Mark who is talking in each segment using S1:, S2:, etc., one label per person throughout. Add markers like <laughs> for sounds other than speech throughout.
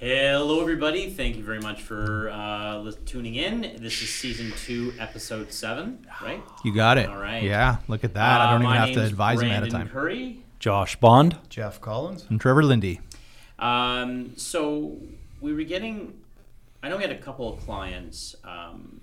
S1: Hello, everybody. Thank you very much for uh, lis- tuning in. This is season two, episode seven,
S2: <sighs>
S1: right?
S2: You got it.
S1: All right.
S2: Yeah, look at that. I
S1: Uh,
S2: don't even
S1: my
S2: have to
S1: name's
S2: advise him ahead of
S1: Brandon
S2: time.
S1: Curry.
S3: Josh Bond.
S4: Jeff Collins.
S2: I'm Trevor Lindy.
S1: Um, so we were getting, I know we had a couple of clients um,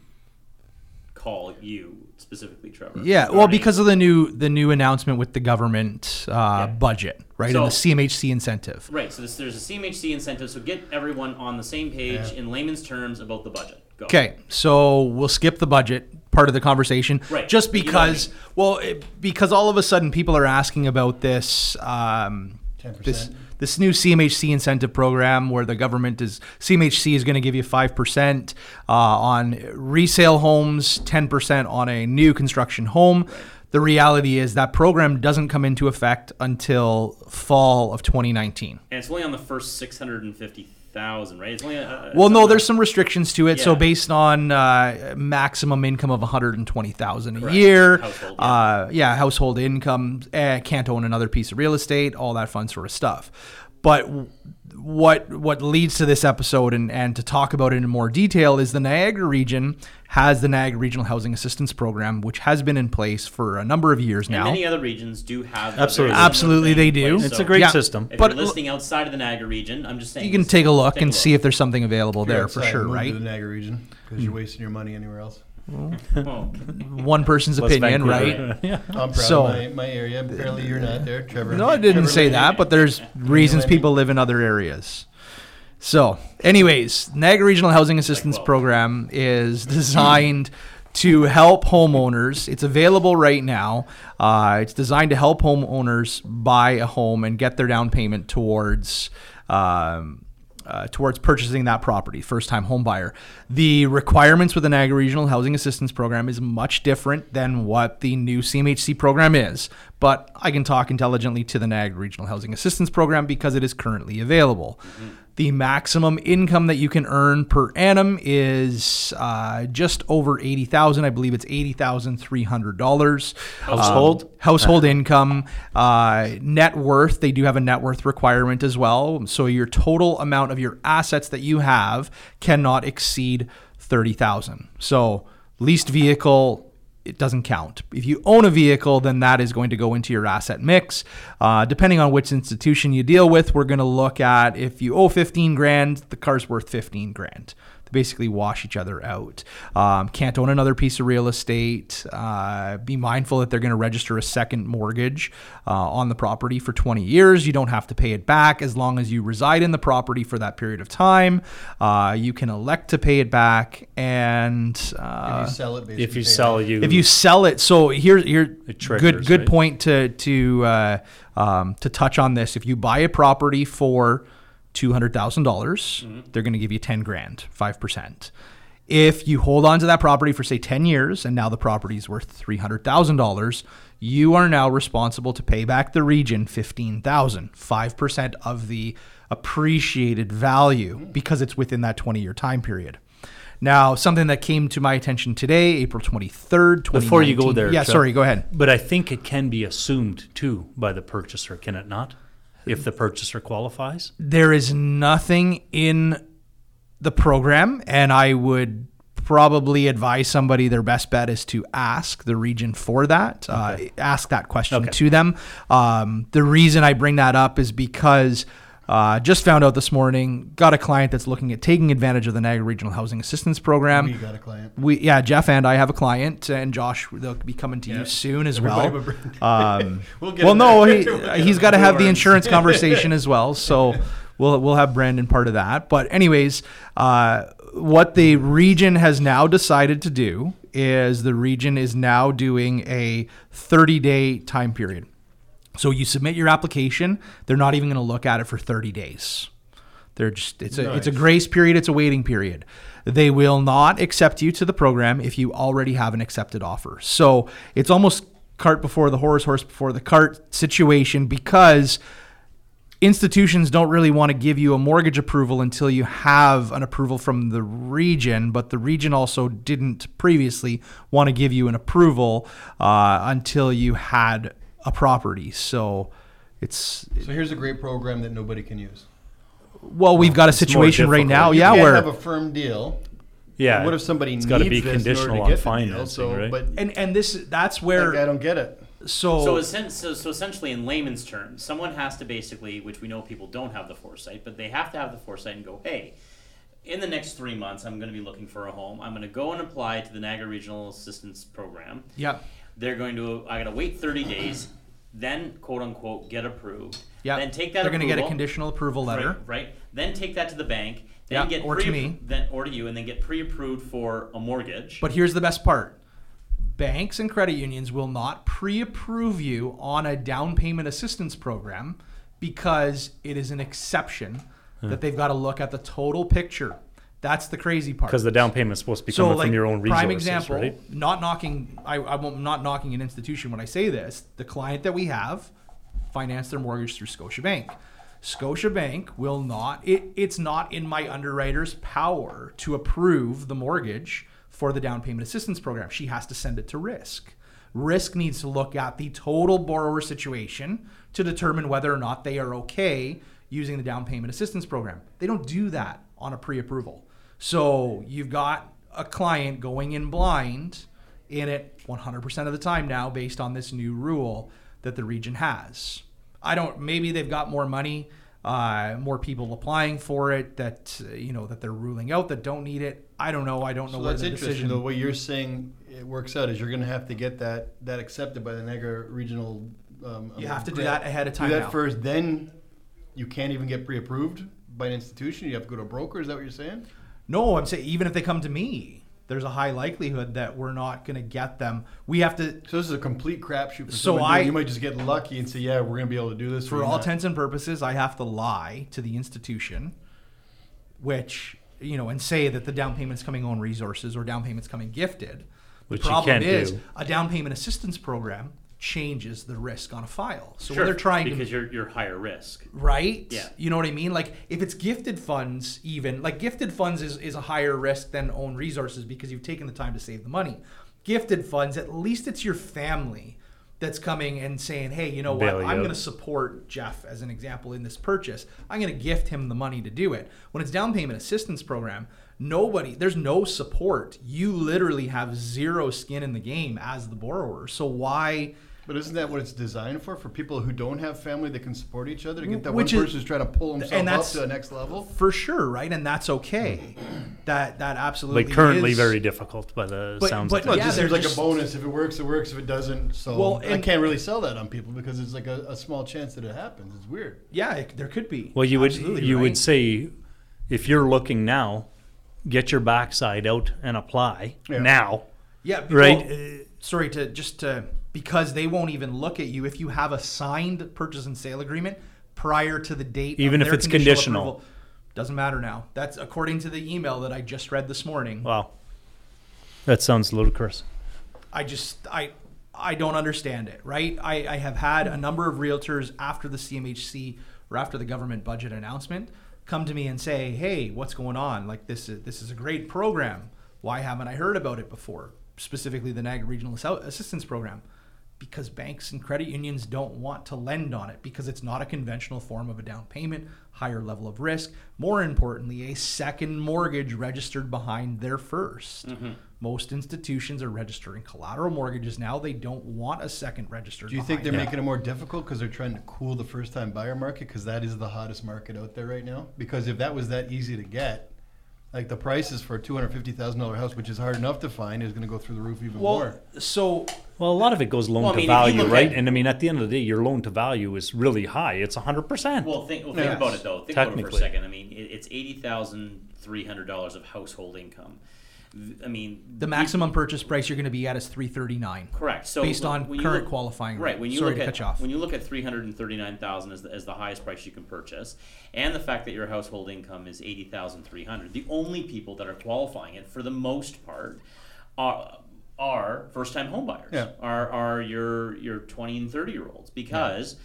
S1: call you specifically, Trevor.
S2: Yeah, well,
S1: regarding-
S2: because of the new the new announcement with the government uh,
S1: Yeah.
S2: budget, right, and the
S1: So-
S2: CMHC incentive.
S1: Right, so this, there's a CMHC incentive, so get everyone on the same page in layman's terms about the budget. Go.
S2: Okay, so we'll skip the budget part of the conversation,
S1: Right,
S2: just
S1: but you know what I
S2: because. Well, it, because all of a sudden people are asking about this. Um,
S4: 10%.
S2: This this new CMHC incentive program where the government is CMHC is going to give you five percent uh, on resale homes, ten percent on a new construction home. The reality is that program doesn't come into effect until fall of 2019.
S1: And it's only on the first 650,000, right? It's only. Uh,
S2: Well,
S1: it's
S2: no,
S1: on the-
S2: there's some restrictions to it. So
S1: Yeah.
S2: based on uh, maximum income of 120,000 a
S1: Correct.
S2: year,
S1: Household, yeah.
S2: uh, yeah, household income, eh, can't own another piece of real estate, all that fun sort of stuff. But w- what what leads to this episode and, and to talk about it in more detail is the Niagara region has the Niagara Regional Housing Assistance Program, which has been in place for a number of years
S1: And
S2: now.
S1: many other regions do have. a
S3: Absolutely.
S1: very similar
S2: Absolutely,
S1: thing
S2: they
S1: in
S2: do.
S1: place,
S3: It's
S1: so
S3: a great
S2: Yeah.
S3: system.
S1: If
S2: But
S1: you're
S2: l-
S1: listening outside of the Niagara region, I'm just saying.
S2: you can take a look
S1: Take a
S2: and
S1: look.
S2: see if there's something available there for
S4: Outside,
S2: sure,
S4: move
S2: right? Hmm.
S4: To the Niagara region because you're wasting your money anywhere else.
S3: Oh.
S1: Well,
S2: One person's opinion, right? <laughs>
S3: yeah.
S4: I'm proud
S2: So-
S4: of my, my area. Apparently, you're not there, Trevor.
S2: No, I didn't
S4: Trevor
S2: say
S4: Lindy.
S2: that, but there's reasons
S4: let me-
S2: people live in other areas. So, anyways, Niagara Regional Housing Assistance
S1: well-
S2: Program is designed to help homeowners. It's available right now. Uh, it's designed to help homeowners buy a home and get their down payment towards. Um, uh, towards purchasing that property, first time home buyer. The requirements with the Niagara Regional Housing Assistance Program is much different than what the new CMHC program is, but I can talk intelligently to the Niagara Regional Housing Assistance Program because it is currently available. The maximum income that you can earn per annum is uh, just over eighty thousand. I believe it's eighty thousand three hundred dollars. Um,
S3: Household?
S2: household income, uh, net worth. They do have a net worth requirement as well. So your total amount of your assets that you have cannot exceed thirty thousand. So leased vehicle. It doesn't count. If you own a vehicle, then that is going to go into your asset mix. Uh, depending on which institution you deal with, we're going to look at if you owe 15 grand, the car's worth 15 grand they basically wash each other out. Um, can't own another piece of real estate. Uh, be mindful that they're going to register a second mortgage uh, on the property for 20 years. You don't have to pay it back as long as you reside in the property for that period of time. Uh, you can elect to pay it back, and uh,
S4: If you sell it, basically.
S3: If you sell, you
S2: if you sell it so here here
S3: It
S2: good
S3: triggers,
S2: good
S3: right?
S2: point to to uh, um, to touch on this if you buy a property for two dollars
S3: Mm-hmm.
S2: they're going to give you ten grand five percent if you hold on to that property for say 10 years and now the property is worth $300,000, you are now responsible to pay back the region 15,000, 5% of the appreciated value
S3: Mm.
S2: because it's within that 20-year time period. Now, something that came to my attention today, April 23rd, 2019.
S3: Before you go there,
S2: Yeah,
S3: Trev-
S2: sorry, go ahead.
S3: But I think it can be assumed too by the purchaser, can it not? If the purchaser qualifies,
S2: There is nothing in the program, and I would probably advise somebody their best bet is to ask the region for that. Uh, ask that question to them. Um, the reason I bring that up is because. Uh, just found out this morning. Got a client that's looking at taking advantage of the Niagara Regional Housing Assistance Program.
S4: you got a client.
S2: we yeah jeff and i have a client and josh they'll be coming to you soon as
S4: Everybody
S2: <laughs> well
S4: would bring-
S2: um,
S4: <laughs> We'll get
S2: well
S4: him
S2: no
S4: there.
S2: he,
S4: <laughs> We'll get
S2: he's
S4: him
S2: got to
S4: there.
S2: have the
S4: Lawrence. <laughs>
S2: insurance conversation as well so we'll, we'll have brandon part of that but anyways uh, what the region has now decided to do is the region is now doing a 30 day time period so you submit your application they're not even going to look at it for 30 days they're just it's a it's a
S4: Nice.
S2: grace period, it's a waiting period. They will not accept you to the program if you already have an accepted offer. So it's almost cart before the horse, horse before the cart situation because institutions don't really want to give you a mortgage approval until you have an approval from the region, but the region also didn't previously want to give you an approval uh, until you had a property. So it's
S4: So here's a great program that nobody can use.
S2: Well, we've got a
S3: It's more
S2: situation right
S3: difficult.
S2: now,
S4: You
S2: Oh, yeah,
S4: can't
S2: where
S4: have a firm deal.
S3: Yeah.
S4: What if somebody
S3: it's
S4: needs
S3: gotta be
S4: this in order to
S3: conditional on
S4: get the
S3: financing,
S4: deal, so-
S3: right?
S4: But
S2: and and this that's
S4: like, I
S2: where
S4: don't get it.
S2: so,
S1: <laughs> So, essen- so, so essentially, in layman's terms, someone has to basically, which we know people don't have the foresight, but they have to have the foresight and go, hey, in the next three months, I'm going to be looking for a home. I'm going to go and apply to the Niagara Regional Assistance Program.
S2: yeah,
S1: They're going to, I got to wait 30 days, then quote unquote get approved.
S2: yeah.
S1: Then take that.
S2: They're going to get a
S1: approval.
S2: conditional approval letter.
S1: Right, right. Then take that to the bank. Then
S2: Yeah,
S1: get
S2: or to
S1: pre-
S2: me.
S1: Then or to you, and then get pre-approved for a mortgage.
S2: But here's the best part. Banks and credit unions will not pre-approve you on a down payment assistance program because it is an exception that they've got to look at the total picture. That's the crazy part.
S3: Because the down payment's supposed to be
S2: so,
S3: coming
S2: like,
S3: from your own resources,
S2: prime example,
S3: right?
S2: not knocking. I, I won't not knocking an institution when I say this. The client that we have financed their mortgage through Scotiabank. Scotiabank will not. It, it's not in my underwriter's power to approve the mortgage for the down payment assistance program. She has to send it to risk. Risk needs to look at the total borrower situation to determine whether or not they are okay using the down payment assistance program. They don't do that on a pre approval. So you've got a client going in blind in it 100% of the time now based on this new rule that the region has. I don't, maybe they've got more money, uh, more people applying for it that, uh, you know, that they're ruling out that don't need it. I don't know. I don't know
S4: So
S2: what
S4: that's
S2: the
S4: interesting.
S2: decision
S4: The way you're saying it works out is you're going to have to get that that accepted by the Niagara Regional. Um,
S2: You have to do
S4: grant.
S2: that ahead of time
S4: Do that
S2: now.
S4: first, then you can't even get pre-approved by an institution. You have to go to a broker. Is that what you're saying?
S2: No, I'm saying even if they come to me, there's a high likelihood that we're not going to get them. We have to,
S4: So this is a complete crapshoot. For
S2: So
S4: so
S2: I-
S4: you might just get lucky and say, yeah, we're going to be able to do this. or
S2: for
S4: you're
S2: all
S4: not.
S2: intents and purposes, I have to lie to the institution, which you know, and say that the down payment's coming on resources or down payment's coming gifted.
S3: Which
S2: the
S3: you
S2: problem
S3: can't
S2: is
S3: do.
S2: a down payment assistance program changes the risk on a file. So
S1: Sure,
S2: when they're trying to
S1: because you're you're higher risk.
S2: right?
S1: Yeah.
S2: You know what I mean? Like if it's gifted funds, even like gifted funds is, is a higher risk than own resources because you've taken the time to save the money. Gifted funds, at least it's your family that's coming and saying, Hey, you know what?
S3: Bail you
S2: I'm
S3: out.
S2: gonna support Jeff as an example in this purchase. I'm gonna gift him the money to do it. When it's down payment assistance program, nobody there's no support. You literally have zero skin in the game as the borrower. So why
S4: But isn't that what it's designed for? For people who don't have family that can support each other, to get that
S2: Which
S4: one
S2: is-
S4: person who's trying to pull himself up
S2: that's-
S4: to the next level.
S2: for sure, right? And that's okay. That that absolutely
S3: Like currently
S2: is-
S3: very difficult by the
S2: But-
S3: sounds
S2: but-
S3: of
S4: Well,
S3: it.
S4: it
S2: Yeah,
S4: just
S2: they're
S4: seems like
S2: just-
S4: a bonus. If it works, it works. If it doesn't, so
S2: Well,
S4: I
S2: and-
S4: can't really sell that on people because it's like a, a small chance that it happens. It's weird.
S2: Yeah, it, there could be.
S3: Well, you would
S2: Absolutely,
S3: you
S2: right.
S3: would say if you're looking now, get your backside out and apply
S4: Yeah.
S3: now.
S2: yeah, be-
S3: right,
S2: well, sorry to just to because they won't even look at you if you have a signed purchase and sale agreement prior to the date. of
S3: Even if
S2: their
S3: it's conditional.
S2: approval. doesn't matter now. That's according to the email that I just read this morning.
S3: Wow, that sounds ludicrous.
S2: I just I I don't understand it, right? I, I have had a number of realtors after the CMHC or after the government budget announcement come to me and say, "Hey, what's going on? Like this is this is a great program. Why haven't I heard about it before?" Specifically, the Niagara Regional Assou- Assistance Program, because banks and credit unions don't want to lend on it because it's not a conventional form of a down payment, higher level of risk. More importantly, a second mortgage registered behind their 1st most institutions are registering collateral mortgages now. They don't want a second registered.
S4: Do you think
S2: behind
S4: they're
S2: it.
S4: making it more difficult because they're trying to cool the first-time buyer market? Because that is the hottest market out there right now. Because if that was that easy to get, like the prices for a two hundred fifty thousand dollar house, which is hard enough to find, is going to go through the roof even
S2: Well,
S4: more.
S2: so
S3: Well, a lot of it goes loan
S1: Well, I
S3: to
S1: mean, if you
S3: value,
S1: look
S3: right?
S1: at-
S3: and I mean, at the end of the day, your loan to value is really high. It's hundred percent.
S1: Well, think, well, think
S4: Yes.
S1: about it though. Think about it for a
S3: Technically.
S1: second. I mean, it, it's eighty thousand three hundred dollars of household income. Th- I mean,
S2: the maximum purchase price you're going to be at is three thirty nine.
S1: Correct. So
S2: Based
S1: when-
S2: on
S1: when you
S2: current
S1: look-
S2: qualifying rate.
S1: right? When you
S2: Sorry
S1: look
S2: to
S1: at
S2: cut you off.
S1: when you look at three hundred and thirty nine thousand as the, as the highest price you can purchase, and the fact that your household income is eighty thousand three hundred, the only people that are qualifying it for the most part are are first time home buyers.
S4: Yeah.
S1: Are are your your twenty and thirty year olds because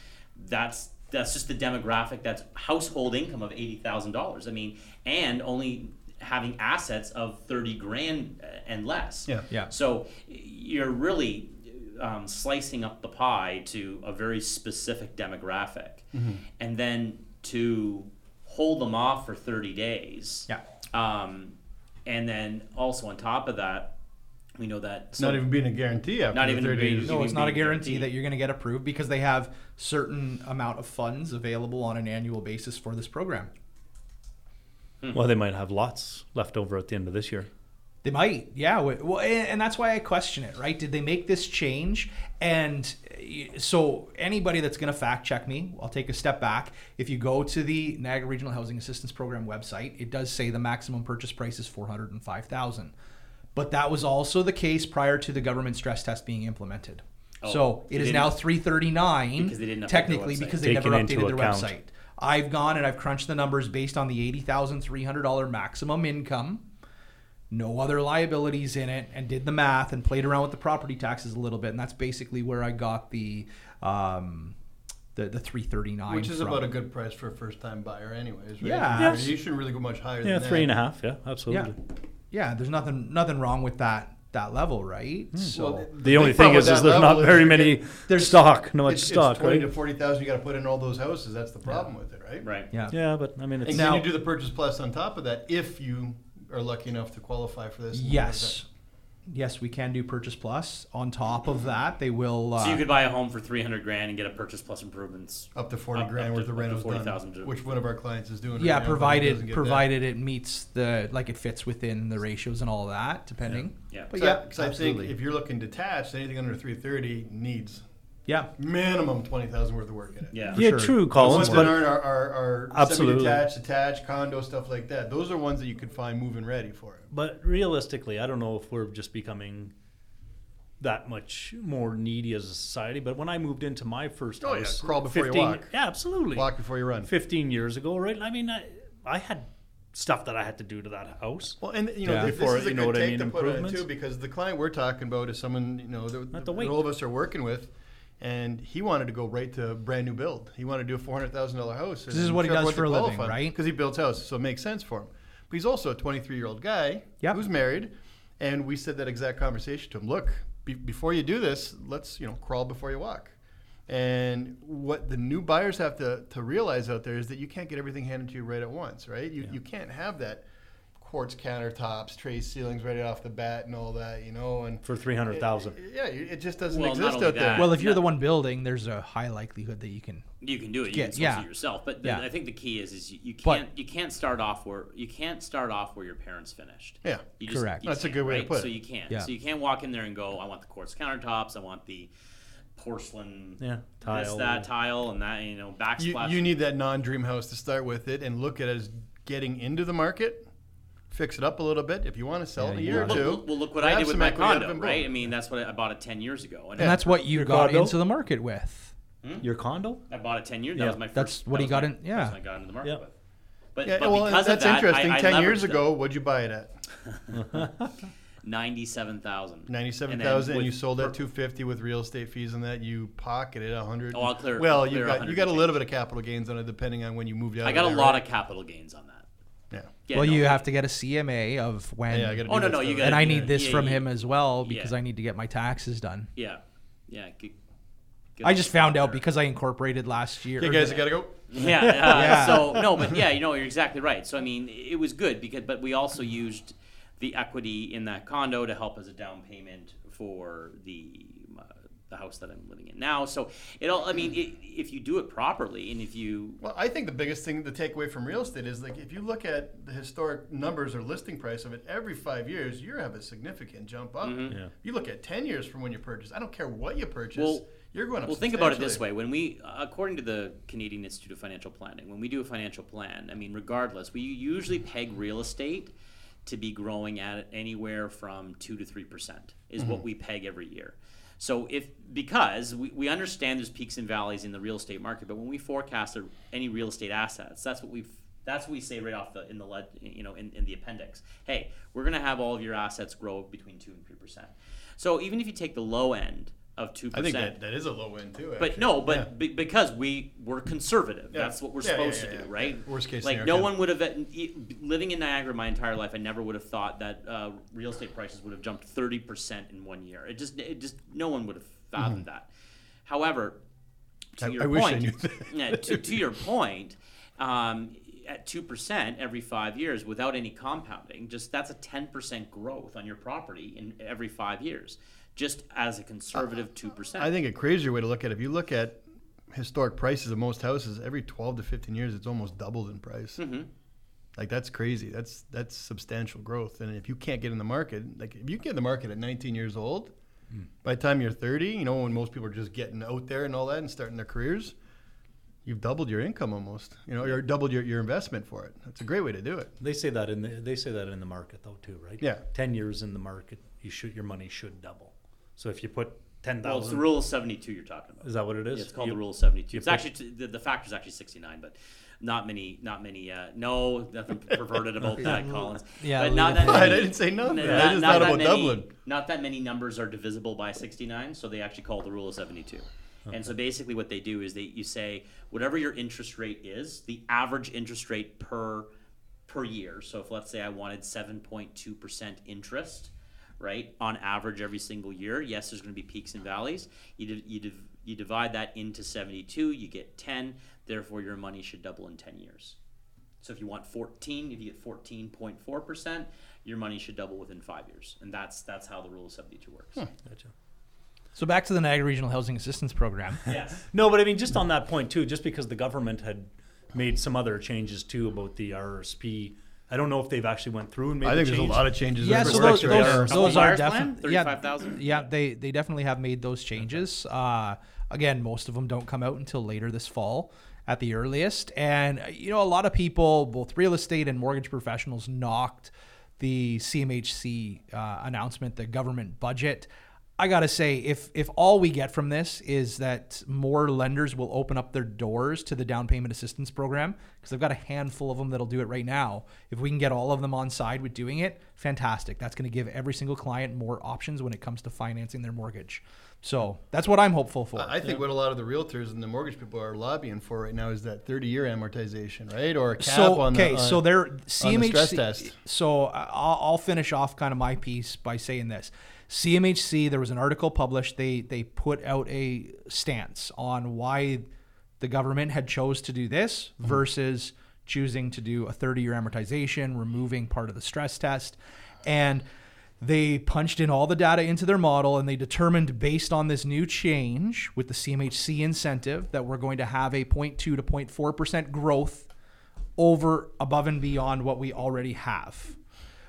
S1: that's. That's just the demographic. That's household income of eighty thousand dollars. I mean, and only having assets of thirty grand uh, and less.
S4: Yeah.
S2: Yeah.
S1: So you're really um, slicing up the
S2: Mm-hmm.
S1: pie to a very specific demographic, and then to hold them off for 30 days.
S2: Yeah.
S1: Um, and then also on top of that, we know that
S4: It's not even being a guarantee after
S1: Not
S4: the
S1: even
S4: 30
S1: being-
S4: days.
S1: You
S2: No, it's
S1: mean
S2: not a
S1: being
S2: guarantee
S1: guaranteed.
S2: that you're going to get approved because they have certain amount of funds available on an annual basis for this program.
S1: mm-hmm.
S3: Well, they might have lots left over at the end of this year.
S2: They might, yeah. wh- Well, a- and that's why I question it, right? Did they make this change? And uh, so, anybody that's going to fact check me, I'll take a step back. If you go to the Niagara Regional Housing Assistance Program website, it does say the maximum purchase price is four hundred and five thousand, but that was also the case prior to the government stress test being implemented.
S1: Oh,
S2: so
S1: they
S2: it is now
S1: didn't-
S2: three thirty nine
S1: Because they didn't update their
S2: technically
S1: website.
S2: because they
S3: Taken
S2: never
S3: into
S2: updated their
S3: account.
S2: website. I've gone and I've crunched the numbers based on the eighty thousand three hundred dollar maximum income no other liabilities in it and did the math and played around with the property taxes a little bit and that's basically where i got the um the, the 339
S4: Which is
S2: from.
S4: about a good price for a first time buyer, anyways. Right?
S2: Yeah.
S4: You shouldn't- You shouldn't really go much higher
S3: Yeah,
S4: than that.
S3: three and a half. Yeah, absolutely.
S2: yeah yeah there's nothing nothing wrong with that that level right so
S4: Hmm. Well, th-
S3: The only
S4: big problem
S3: thing is,
S4: with
S3: is
S4: that
S3: there's
S4: level
S3: not
S4: is
S3: very
S4: you
S3: many
S4: get-
S2: There's-
S3: stock, not much
S4: it's,
S3: stock,
S4: it's 20
S3: right?
S4: to 40,000 you got to put in all those houses. That's the problem with it, right?
S1: right.
S2: yeah
S3: Yeah, but I mean,
S4: And
S3: it's
S2: Now-
S4: now, you do the purchase plus on top of that if you are lucky enough to qualify for this. and
S2: yes yes we can do purchase plus on top of that they will uh,
S1: So you could buy a home for 300 grand and get a purchase plus improvements.
S4: Up to 40
S1: Up-
S4: grand
S1: up
S4: worth
S1: to-
S4: of
S1: up to
S4: rentals
S1: 40,000 to-
S4: done, which one of our clients is doing.
S2: yeah
S4: right now, but it
S2: provided
S4: doesn't get that.
S2: provided it meets the like it fits within the ratios and all that depending
S1: Yeah.
S2: but
S4: So-
S2: yeah
S4: so I think
S2: absolutely.
S4: if you're looking detached, anything under 330 needs
S2: yeah
S4: minimum 20,000 worth of work in it.
S1: Yeah.
S3: yeah,
S2: sure.
S3: true,
S4: The
S3: Collins,
S4: ones that
S3: but
S4: aren't are, are, are
S3: Absolutely.
S4: semi-detached, detached, condo stuff like that. Those are ones that you could find move-in ready for it.
S3: But realistically, I don't know if we're just becoming that much more needy as a society. But when I moved into my first
S4: Oh, yeah,
S3: house,
S4: crawl before you
S3: 15
S4: walk.
S3: Yeah, absolutely.
S4: Walk before you run.
S3: Fifteen years ago, right? I mean, I, I had stuff that I had to do to that house.
S4: Well, and you know,
S2: Yeah.
S4: th- this
S3: Before,
S4: is a
S3: you know
S4: good
S3: what I
S4: take
S3: mean,
S4: to put on it
S3: improvements.
S4: too, because the client we're talking about is someone you know that,
S3: Not
S4: that
S3: the weight.
S4: all of us are working with, and he wanted to go right to a brand new build. He wanted to do a four hundred thousand dollar house.
S2: This is what he does for a living, right?
S4: Because he builds houses, so it makes sense for him. But he's also a twenty three year old guy
S2: Yep.
S4: who's married, and we said that exact conversation to him. Look, be- before you do this, let's you know crawl before you walk. And what the new buyers have to, to realize out there is that you can't get everything handed to you right at once, right? You, you can't have that quartz countertops, tray ceilings right off the bat, and all that, you know. And
S3: For 300,000.
S4: yeah, it it just doesn't
S1: Well, not
S4: exist
S1: only
S4: out
S1: that-
S4: there.
S2: well if you're
S1: Yeah.
S2: the one building there's a high likelihood that you can
S1: You can do it. You
S2: Yeah,
S1: can source
S2: yeah.
S1: it yourself. But the,
S2: Yeah.
S1: I think the key is is you, you
S2: But-
S1: can't you can't start off where you can't start off where your parents finished.
S4: yeah,
S1: You just,
S2: Correct.
S1: you
S4: That's a
S1: can't,
S4: good way to
S1: right?
S4: put
S1: So
S4: it.
S1: you can't.
S2: Yeah.
S1: So you can't walk in there and go, I want the quartz countertops. I want the porcelain.
S3: Yeah,
S1: This,
S3: tile.
S1: that tile and that you know
S4: you,
S1: backsplash.
S4: you need that non-dream house to start with it, and look at it as getting into the market. Fix it up a little bit if you want to sell it in a year or
S1: Well,
S4: two.
S1: look- well, look what
S4: grab
S1: I did with
S4: some
S1: my
S4: equity out of
S1: condo,
S4: it and
S1: right? I
S4: boom.
S1: mean, that's what I I bought it ten years ago, and
S2: and that's what you
S3: Your
S2: got
S3: condo?
S2: into the market with
S3: Your condo?
S1: I bought it ten years.
S3: Yeah.
S1: That was my first.
S2: That's what
S1: that
S2: he
S1: was
S2: got
S1: my-
S2: in-
S1: that's
S2: yeah.
S1: what I got into the market
S3: Yeah.
S1: with. But,
S4: Yeah,
S1: but
S4: well, and
S1: because
S4: that's
S1: of that,
S4: interesting.
S1: I, I
S4: Ten years
S1: leveraged it.
S4: ago, what'd you buy it at?
S1: ninety-seven thousand.
S4: Ninety-seven thousand, and you sold at two fifty with real estate fees and that. You pocketed a hundred.
S1: Oh, I'll clear-
S4: Well,
S1: I'll
S4: you
S1: clear
S4: got
S1: 100
S4: you got a
S1: and
S4: little bit of capital gains on it, depending on when you moved out.
S1: I got a lot of capital gains on that.
S4: Yeah.
S1: Yeah,
S2: well
S1: no,
S2: you
S1: I-
S2: have to get a cma of when
S4: Yeah, I gotta do
S1: Oh, no,
S4: that
S1: no,
S4: stuff.
S1: you
S2: and
S1: gotta-
S2: i need this
S1: yeah,
S2: from
S1: yeah.
S2: him as well because
S1: Yeah.
S2: i need to get my taxes done
S1: Yeah, yeah. g- good
S2: i just
S1: luck
S2: found
S1: there.
S2: out because i incorporated last year
S4: You guys, gotta go.
S1: Yeah. Uh,
S2: Yeah.
S1: So no, but yeah, you know, you're exactly right. So I mean, it was good because, but we also used the equity in that condo to help as a down payment for the uh, the house that I'm living in now. So it all. I mean, it, if you do it properly and if you
S4: Well, I think the biggest thing the takeaway from real estate is like if you look at the historic numbers or listing price of it every five years, you have a significant jump up.
S1: Mm-hmm.
S3: Yeah.
S4: If you look at ten years from when you purchase, I don't care what you purchase,
S1: Well-
S4: you're going up.
S1: Well, think about it this
S4: substantially.
S1: way: when we, uh, according to the Canadian Institute of Financial Planning, when we do a financial plan, I mean, regardless, we usually peg real estate to be growing at anywhere from two to three percent is
S4: Mm-hmm.
S1: what we peg every year. So if because we, we understand there's peaks and valleys in the real estate market, but when we forecast a- any real estate assets, that's what we that's what we say right off the in the led, you know in, in the appendix. Hey, we're going to have all of your assets grow between two and three percent. So even if you take the low end of two
S4: I
S1: percent,
S4: think that, that is a low end too.
S1: but
S4: actually.
S1: no, but
S4: Yeah.
S1: be- because we were conservative,
S4: Yeah.
S1: that's what we're
S4: Yeah, yeah,
S1: supposed
S4: yeah,
S1: to do,
S4: yeah.
S1: right?
S4: Worst case
S1: like
S4: scenario,
S1: no
S4: yeah.
S1: one would have e- living in Niagara my entire life. I never would have thought that uh, real estate prices would have jumped thirty percent in one year. It just, it just, no one would have fathomed that. However, to
S4: I-
S1: your
S4: Mm-hmm. I wish I
S1: point, <laughs>
S4: knew that.
S1: yeah, to, to your point, um, at 2% every five years without any compounding, just that's a 10% growth on your property in every five years, just as a conservative 2%.
S4: I think a crazier way to look at it, if you look at historic prices of most houses, every 12 to 15 years, it's almost doubled in price.
S1: Mm-hmm.
S4: Like that's crazy. That's that's substantial growth. And if you can't get in the market, like if you get in the market at 19 years old,
S2: Hmm.
S4: by the time you're 30, you know when most people are just getting out there and all that and starting their careers, you've doubled your income almost. You know, or doubled your, your investment for it. That's a great way to do it.
S3: They say that in the they say that in the market though too, right?
S4: Yeah.
S3: Ten years in the market, you should your money should double. So if you put ten
S1: well, it's the
S3: thousand,
S1: rule of 72 you're talking about.
S3: is that what it is?
S1: Yeah, it's called
S3: You-
S1: the rule of 72.
S3: you
S1: It's
S3: put-
S1: actually t- the, the factor's actually 69, but not many, not many. Uh, no, nothing perverted about that, Collins.
S2: Yeah,
S1: but
S2: leave
S1: not
S2: it
S1: that
S2: there.
S4: <laughs> I
S1: many,
S4: didn't say nothing.
S1: not-
S4: I just
S1: not
S4: thought
S1: that
S4: about
S1: many-
S4: Dublin.
S1: Not that many numbers are divisible by 69, so they actually call the rule of 72. And so basically, what they do is they you say whatever your interest rate is, the average interest rate per per year. So if let's say I wanted 7.2 percent interest, right, on average every single year. Yes, there's going to be peaks and valleys. You div- you div- you divide that into 72, you get 10. Therefore, your money should double in 10 years. So if you want 14, if you get 14.4 percent, your money should double within five years, and that's that's how the rule of 72 works.
S3: Gotcha.
S2: So back to the Niagara Regional Housing Assistance Program.
S1: Yes.
S3: No, but I mean, just on that point too, just because the government had made some other changes too about the RSP, I don't know if they've actually went through and made.
S4: I think
S3: the
S4: there's a
S3: change.
S4: lot of changes.
S2: Yeah,
S4: in
S2: so
S4: the
S2: those,
S4: works right now.
S2: those, those are
S1: Outliers plan?
S2: definitely yeah,
S1: 35,000?
S2: Yeah, they they definitely have made those changes. Uh, again, most of them don't come out until later this fall at the earliest. And uh, you know, a lot of people, both real estate and mortgage professionals, knocked the CMHC uh, announcement, the government budget. I gotta say, if if all we get from this is that more lenders will open up their doors to the down payment assistance program, because I've got a handful of them that'll do it right now. If we can get all of them on side with doing it, fantastic. That's gonna give every single client more options when it comes to financing their mortgage. So that's what I'm hopeful for.
S4: I I think what a lot of the realtors and the mortgage people are lobbying for right now is that 30-year amortization, right, or a cap
S2: so
S4: on
S2: okay,
S4: the. on-
S2: so they're
S4: on
S2: CMHC.
S4: the stress test.
S2: So I- I'll, I'll finish off kind of my piece by saying this: CMHC. There was an article published. They they put out a stance on why the government had chose to do this
S4: Mm-hmm.
S2: versus choosing to do a 30-year amortization, removing part of the stress test, and they punched in all the data into their model and they determined based on this new change with the CMHC incentive that we're going to have a 0.2 to 0.4% growth over above and beyond what we already have.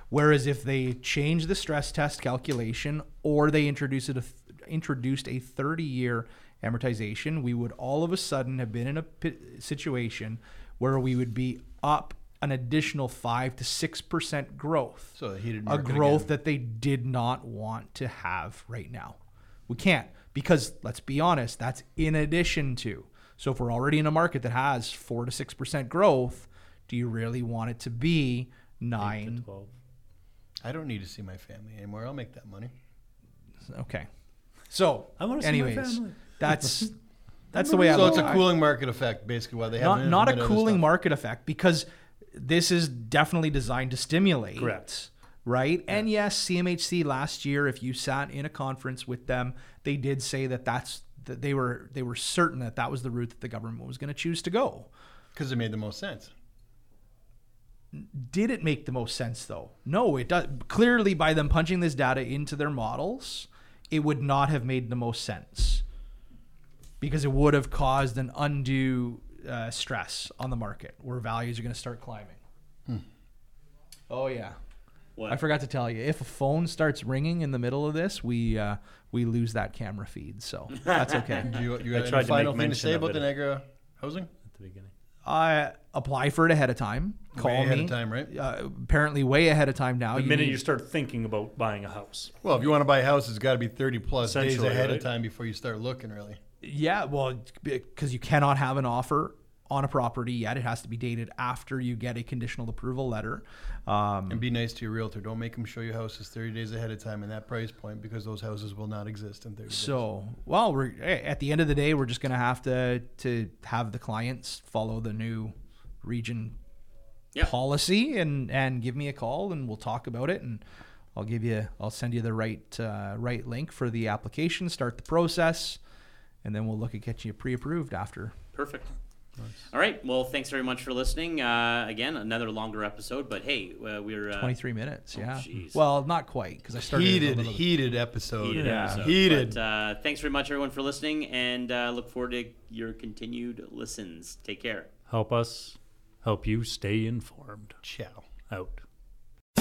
S2: Whereas if they change the stress test calculation or they introduce it a introduced a 30 year amortization, we would all of a sudden have been in a pi situation where we would be up an additional 5 to 6% growth
S4: So a heated
S2: a
S4: market again.
S2: growth that they did not want to have right now. We can't because let's be honest, that's in addition to. So if we're already in a market that has four to six percent growth, do you really want it to be nine?
S3: Well,
S4: I don't need to see my family anymore. I'll make that money.
S2: Okay. So,
S3: I wanna see my
S2: anyways,
S3: family. <laughs>
S2: that's that's the way I
S4: so
S2: look.
S4: it's a
S2: I-
S4: cooling market effect, basically. Why they
S2: not
S4: have
S2: not a cooling market effect because this is definitely designed to stimulate.
S3: Correct.
S2: Right. And yes, CMHC last year, if you sat in a conference with them, they did say that that's that they were they were certain that that was the route that the government was going to choose to go.
S4: because it made the most sense.
S2: Did it make the most sense though? No, it does. Clearly, by them punching this data into their models, it would not have made the most sense because it would have caused an undue uh, stress on the market where values are going to start climbing.
S3: Hmm.
S2: Oh yeah,
S1: What?
S2: I forgot to tell you. If a phone starts ringing in the middle of this, we uh, we lose that camera feed. So that's
S3: <laughs>
S2: okay.
S4: Do you, you
S3: I
S4: have
S3: tried
S4: a
S3: to
S4: final
S3: make
S4: thing to
S3: mention
S4: say
S3: of
S4: about
S3: it.
S4: the Niagara housing?
S3: at the beginning.
S2: I apply for it ahead of time. Call
S4: Way
S2: me.
S4: ahead of time, right?
S2: Uh, apparently, way ahead of time now.
S3: The
S2: You
S3: minute
S2: need-
S3: you start thinking about buying a house,
S4: Well, if you want to buy a house, it's got to be 30 plus days
S3: Essentially,
S4: ahead
S3: right?
S4: of time before you start looking, really.
S2: Yeah, well, because you cannot have an offer on a property yet. It has to be dated after you get a conditional approval letter. Um,
S4: And be nice to your realtor. Don't make them show you houses 30 days ahead of time in that price point because those houses will not exist in 30 days.
S2: so, well, we're eh, at the end of the day, we're just going to have to to have the clients follow the new region
S1: Yeah.
S2: policy and and give me a call and we'll talk about it and I'll give you I'll send you the right uh, right link for the application, start the process, and then we'll look at getting you pre-approved after.
S1: Perfect. All right. Well, thanks very much for listening. Uh, again, another longer episode, but hey, uh, we're uh,
S2: 23 minutes.
S1: oh,
S2: Yeah.
S1: jeez.
S2: well, not quite because I started. it a
S4: Heated,
S2: little bit-
S4: heated episode.
S1: heated
S2: Yeah.
S1: episode.
S4: Heated.
S1: But, uh, thanks very much, everyone, for listening, and uh, look forward to your continued listens. Take care.
S3: Help us help you stay informed.
S4: Ciao.
S3: Out.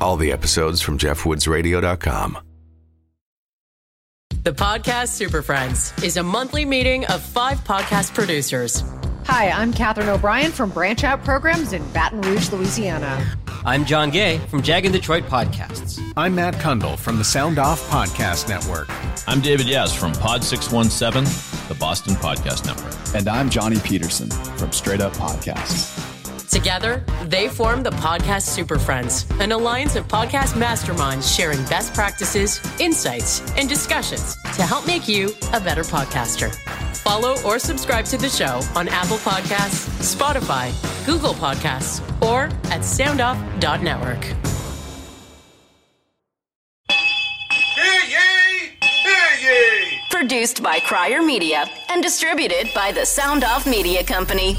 S5: All the episodes from jeffwoodsradio.com.
S6: The Podcast Super Friends is a monthly meeting of five podcast producers.
S7: Hi, I'm Catherine O'Brien from Branch Out Programs in Baton Rouge, Louisiana.
S8: I'm John Gay from Jagged Detroit Podcasts.
S9: I'm Matt Kundle from the Sound Off Podcast Network.
S10: I'm David Yes from Pod 617, the Boston Podcast Network.
S9: And I'm Johnny Peterson from Straight Up Podcasts.
S6: Together, they form the Podcast Super Friends, an alliance of podcast masterminds sharing best practices, insights, and discussions to help make you a better podcaster. Follow or subscribe to the show on Apple Podcasts, Spotify, Google Podcasts, or at soundoff.network.
S11: Produced by Crier Media and distributed by the Sound Off Media Company.